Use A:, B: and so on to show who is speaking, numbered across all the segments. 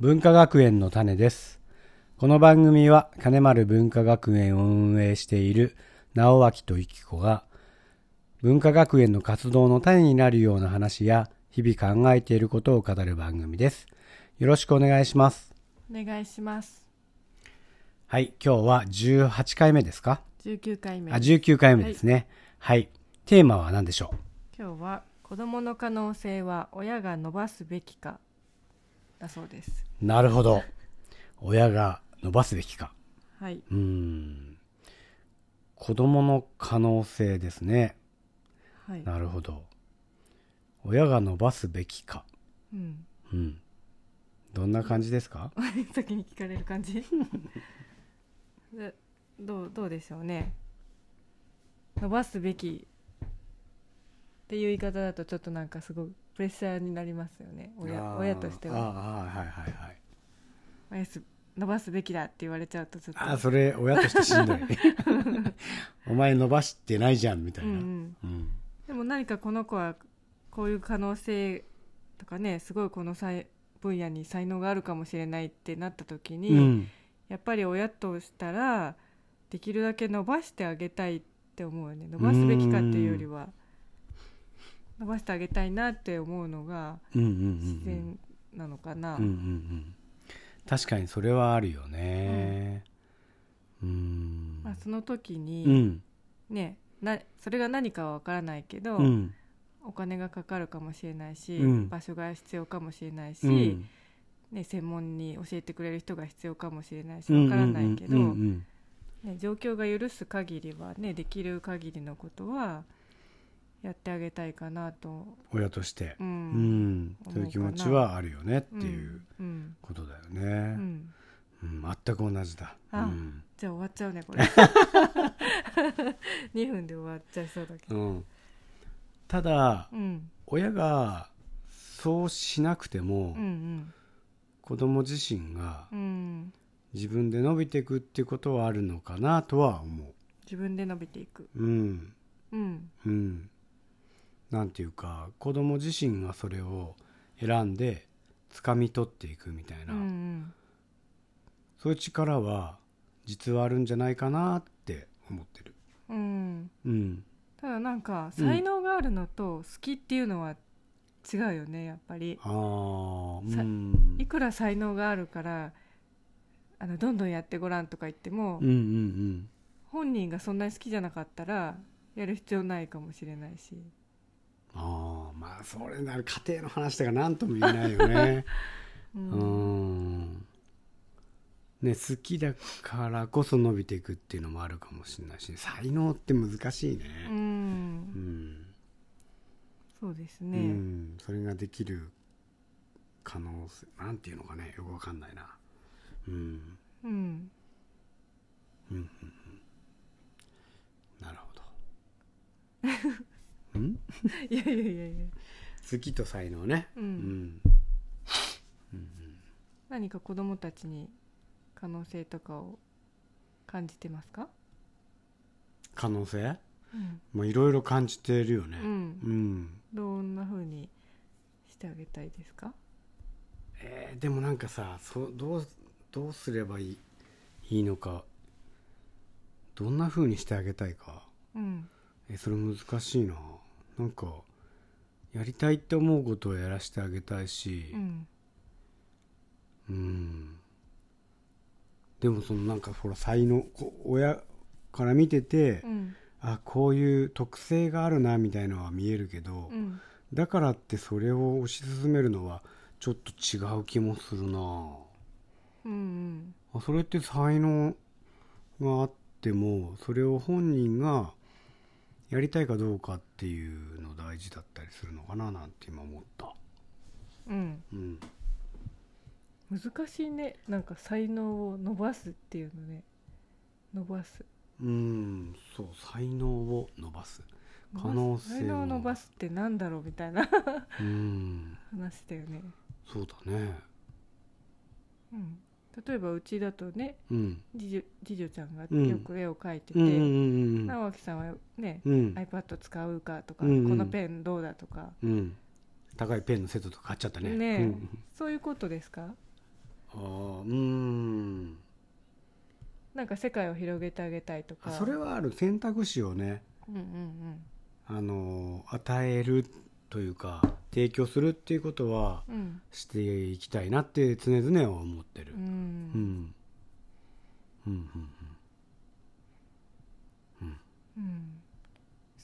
A: 文化学園の種です。この番組は金丸文化学園を運営している直脇とゆき子が文化学園の活動の種になるような話や日々考えていることを語る番組です。よろしくお願いします。
B: お願いします
A: はい、今日は18回目ですか
B: 19回目
A: あ、19回目ですね。はい、テーマは何でしょう
B: 今日は子どもの可能性は親が伸ばすべきかだそうです
A: なるほど。親が伸ばすべきか。
B: はいう
A: ーん。子供の可能性ですね。
B: はい
A: なるほど。親が伸ばすべきか。
B: うん
A: うん。どんな感じですか
B: 先に聞かれる感じ でどうどうでしょうね伸ばすべきっていう言い方だとちょっとなんかすごいプレッシャーになりますよね親親としては
A: あーあー、はいはいはい。
B: 親す伸ばすべきだって言われちゃうとちょっと
A: ああ、それ親としてしんどい。 お前伸ばしてないじゃん、みたい
B: うん
A: な。
B: う
A: うん。
B: んでも何かこの子はこういう可能性とかねすごいこのさい分野に才能があるかもしれないってなった時に、
A: うん
B: やっぱり親としたらできるだけ伸ばしてあげたいって思うよね伸ばすべきかっていうよりは伸ばしてあげたいなって思うのが
A: うんうんうん
B: 自
A: うん。
B: 然なのかな、
A: うんうんうん、確かにそれはあるよねうーん
B: まあ、その時
A: う
B: に、
A: ん
B: ねなそれが何かは分からないけど、
A: うん
B: お金がかかるかもしれないし、
A: うん
B: 場所が必要かもしれないし、
A: うん
B: ね、専門に教えてくれる人が必要かもしれないし
A: うん
B: わからないけど、
A: うんうん
B: ね、状況が許す限りは、ね、できる限りのことはやってあげたいかなと、
A: 親としてう
B: う
A: んん
B: 思うかな
A: という気持ちはあるよねって
B: ん
A: いう
B: うん
A: ことだよ
B: う
A: ね、
B: ん
A: うん全く同じだう
B: あ
A: ん、
B: じゃあ終わっちゃうね これ2分で終わっちゃいそうだけ
A: う
B: ど、
A: ん、ただ
B: うん、
A: 親がそうしなくても
B: うんうん
A: 子供自身が
B: うん
A: 自分で伸びていくっていうことはあるのかなとは思
B: 自分で伸びていく、
A: ううん
B: うん
A: うん、なんていうか子供自身がそれを選んで掴み取っていくみたい
B: うんう
A: な、
B: ん、
A: そういう力は実はあるんじゃないかなって思ってる。
B: うん、
A: うん、
B: ただなんか
A: うん
B: 才能があるのと好きっていうのは違うよねやっぱり。
A: あーう
B: さ
A: ん
B: いくら才能があるからあのどんどんやってごらんとか言っても、
A: うんうん
B: 本人がそんなに好きじゃなかったらやる必要ないかもしれないし
A: うん、あーまあそれなら家庭の話だから何とも言えないよね。
B: う、
A: うんんね、好きだからこそ伸びていくっていうのもあるかもしれないし才能って難しいね。
B: うん
A: うん
B: そうです
A: う
B: ね、
A: ん、それができる可能性なんていうのかねよくわかんないな、うん、
B: うん
A: なるほどうん
B: いやいやいやいや、
A: 好きと才能ね
B: う
A: うんん
B: 何か子供たちに可能性とかを感じてますか、
A: 可能性
B: うん
A: もういろいろ感じてるよね
B: うん
A: うん
B: どんな風にしてあげたいですか
A: えーでもなんかさそうどうどうすればいいいいのかどんな風にしてあげたいか
B: うん
A: えそれ難しいななんかやりたいって思うことをやらせてあげたいし、
B: うん
A: うんでもそのなんかほら才能こ親から見てて、
B: うん
A: あこういう特性があるなみたいのは見えるけど、
B: うん
A: だからってそれを推し進めるのはちょっと違う気もするな
B: うんうん
A: あそれって才能があってもそれを本人がやりたいかどうかっていうの大事だったりするのかななんて今思った、
B: うん
A: うん、
B: 難しいねなんか才能を伸ばすっていうのね伸ばす
A: うんそう才能を伸ばす
B: 伸ばす
A: 可能性を
B: 才能を伸ばすってなんだろうみたいな
A: うん
B: 話だよね、
A: そうだね
B: うん、例えばうちだとね
A: うん
B: 次女次女ちゃんが
A: うん
B: よく絵を描いてて、
A: うんうん
B: 直樹さんはね、
A: うんうん
B: iPad 使うかとか、
A: うんうん
B: このペンどうだとか
A: うん高いペンのセットとか買っちゃったね
B: ねえ
A: うん
B: そういうことですか
A: あーうーん
B: なんか世界を広げてあげたいとか
A: あそれはある選択肢をね
B: うんうんうん
A: あの与えるというか提供するっていうことは
B: うん
A: していきたいなって常々は思ってる
B: う
A: うんんうんうん
B: うん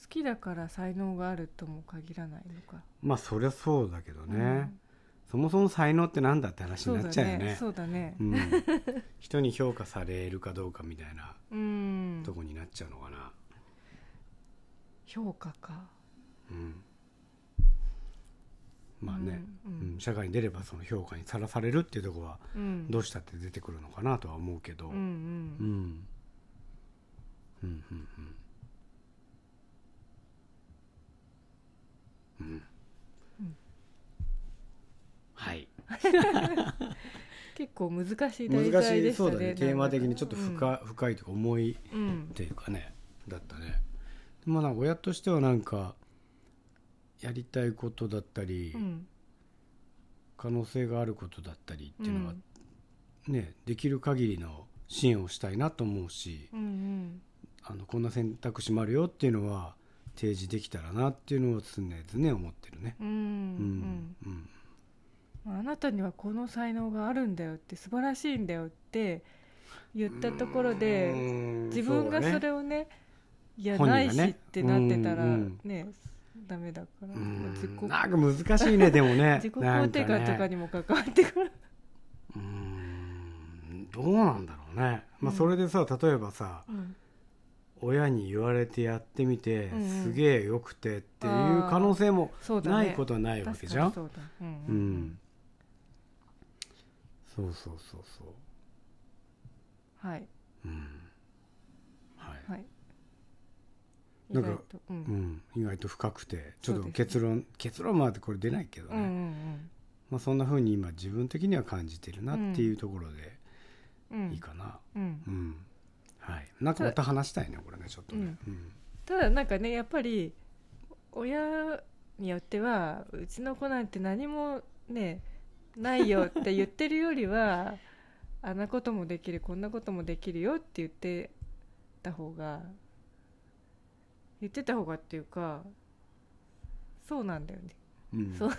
B: 好きだから才能があるとも限らないのか
A: まあそりゃそうだけどね、
B: うん
A: そもそも才能ってなんだって話
B: そ
A: に
B: う
A: な
B: だ
A: っちゃうよ
B: ね
A: ね
B: そうだね
A: うん、人に評価されるかどうかみたいな
B: うん
A: とこになっちゃうのかな、
B: 評価か
A: うん、まあね、
B: う
A: うん
B: ん
A: 社会に出ればその評価にさらされるっていうとこは
B: うん
A: どうしたって出てくるのかなとは思うけど、
B: うん
A: う
B: うん
A: んうんうんうんうん
B: うん
A: はい
B: 結構難しい題
A: 難
B: 材
A: し
B: で
A: い
B: した
A: そ
B: ね
A: うだねテーマ的にちょっと深,、深いというか重い
B: うん、うん
A: っていうかねだったねまあなんか親としてはなんかやりたいことだったり、
B: うん
A: 可能性があることだったりっ
B: う
A: ていうのが
B: ん
A: ね、できる限りの支援をしたいなと思うし
B: うん
A: あのこんな選択肢もあるよっていうのは提示できたらなっていうのを常々思ってるね。
B: うんう
A: うんんうん
B: うんあなたにはこの才能があるんだよって素晴らしいんだよって言ったところ
A: う
B: で
A: ーん
B: 自分がそ
A: そうだね
B: れをねいや
A: 本人が
B: な
A: ね
B: いしってなってたら
A: うんうん
B: ねダメだから
A: うーん
B: 自己
A: なんか難しいねでもね
B: 自己肯定感と
A: なん
B: か
A: ね
B: にも関わってくる
A: うーんどうなんだろうね、ま
B: う
A: あ、
B: ん
A: それでさ例えばさ、
B: うん
A: 親に言われてやってみて、
B: うんうん
A: すげえよくてっていう可能性も
B: そうだね
A: ないことはないわけじゃん
B: 確かにそうだうん
A: う
B: うんん
A: そうそうそうそう
B: はい
A: うんはい、
B: はい
A: なんか
B: 意外とうん
A: うん、意外と深くてちょっ
B: そ
A: と
B: うですね
A: 結論、結論までこれ出ないけど
B: う
A: ね、
B: んうん
A: まあ、そんな風に今自分的には感じてるなっていうところで
B: うんうん
A: いいかな
B: うん
A: うん、はいなんかまた話したいねこれねちょっとね、うん
B: ただなんかねやっぱり親によってはうちの子なんて何もねないよって言ってるより はあんなこともできるこんなこともできるよって言ってた方が言ってた方がっていうかそうなんだよね、
A: うん
B: そう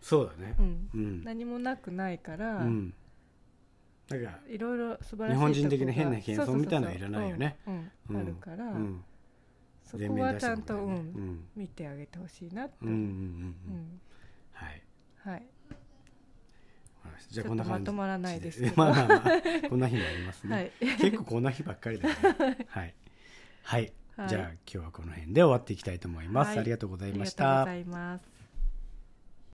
A: そうだね
B: うん、
A: うん、
B: 何もなくないから、
A: うん、だから
B: いろいろ素晴らしい
A: 日本人的な
B: とこが
A: 変な謙遜
B: そうそうそうそう
A: みたいなのいらないよね
B: うんうん
A: うん
B: あるから、
A: うん、
B: そこはちゃんと、
A: 全
B: う
A: 面出してもら
B: ん
A: えるね
B: 見てあげてほしいなって、
A: うんうんうん
B: う
A: うんうん
B: ん
A: はい
B: はい
A: わかりましたじゃあこんな感じ
B: ちょっとまとまらないですけど
A: まあまあまあこんな日もありますね、
B: はい
A: 結構こんな日ばっかりだよねはい、はい
B: はい
A: じゃあ今日はこの辺で終わっていきたいと思います、
B: はい
A: ありがとうござ
B: あ
A: い
B: り
A: ま
B: が
A: し
B: とうご
A: た
B: ざいます